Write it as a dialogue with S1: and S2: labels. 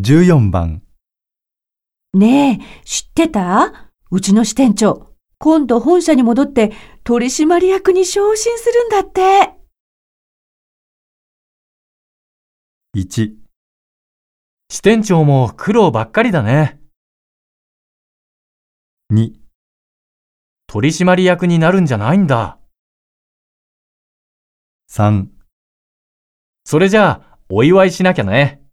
S1: 14番
S2: ねえ、知ってたうちの支店長、今度本社に戻って取締役に昇進するんだって。
S1: 1
S3: 支店長も苦労ばっかりだね。
S1: 2
S3: 取締役になるんじゃないんだ。
S1: 3
S3: それじゃあ、お祝いしなきゃね。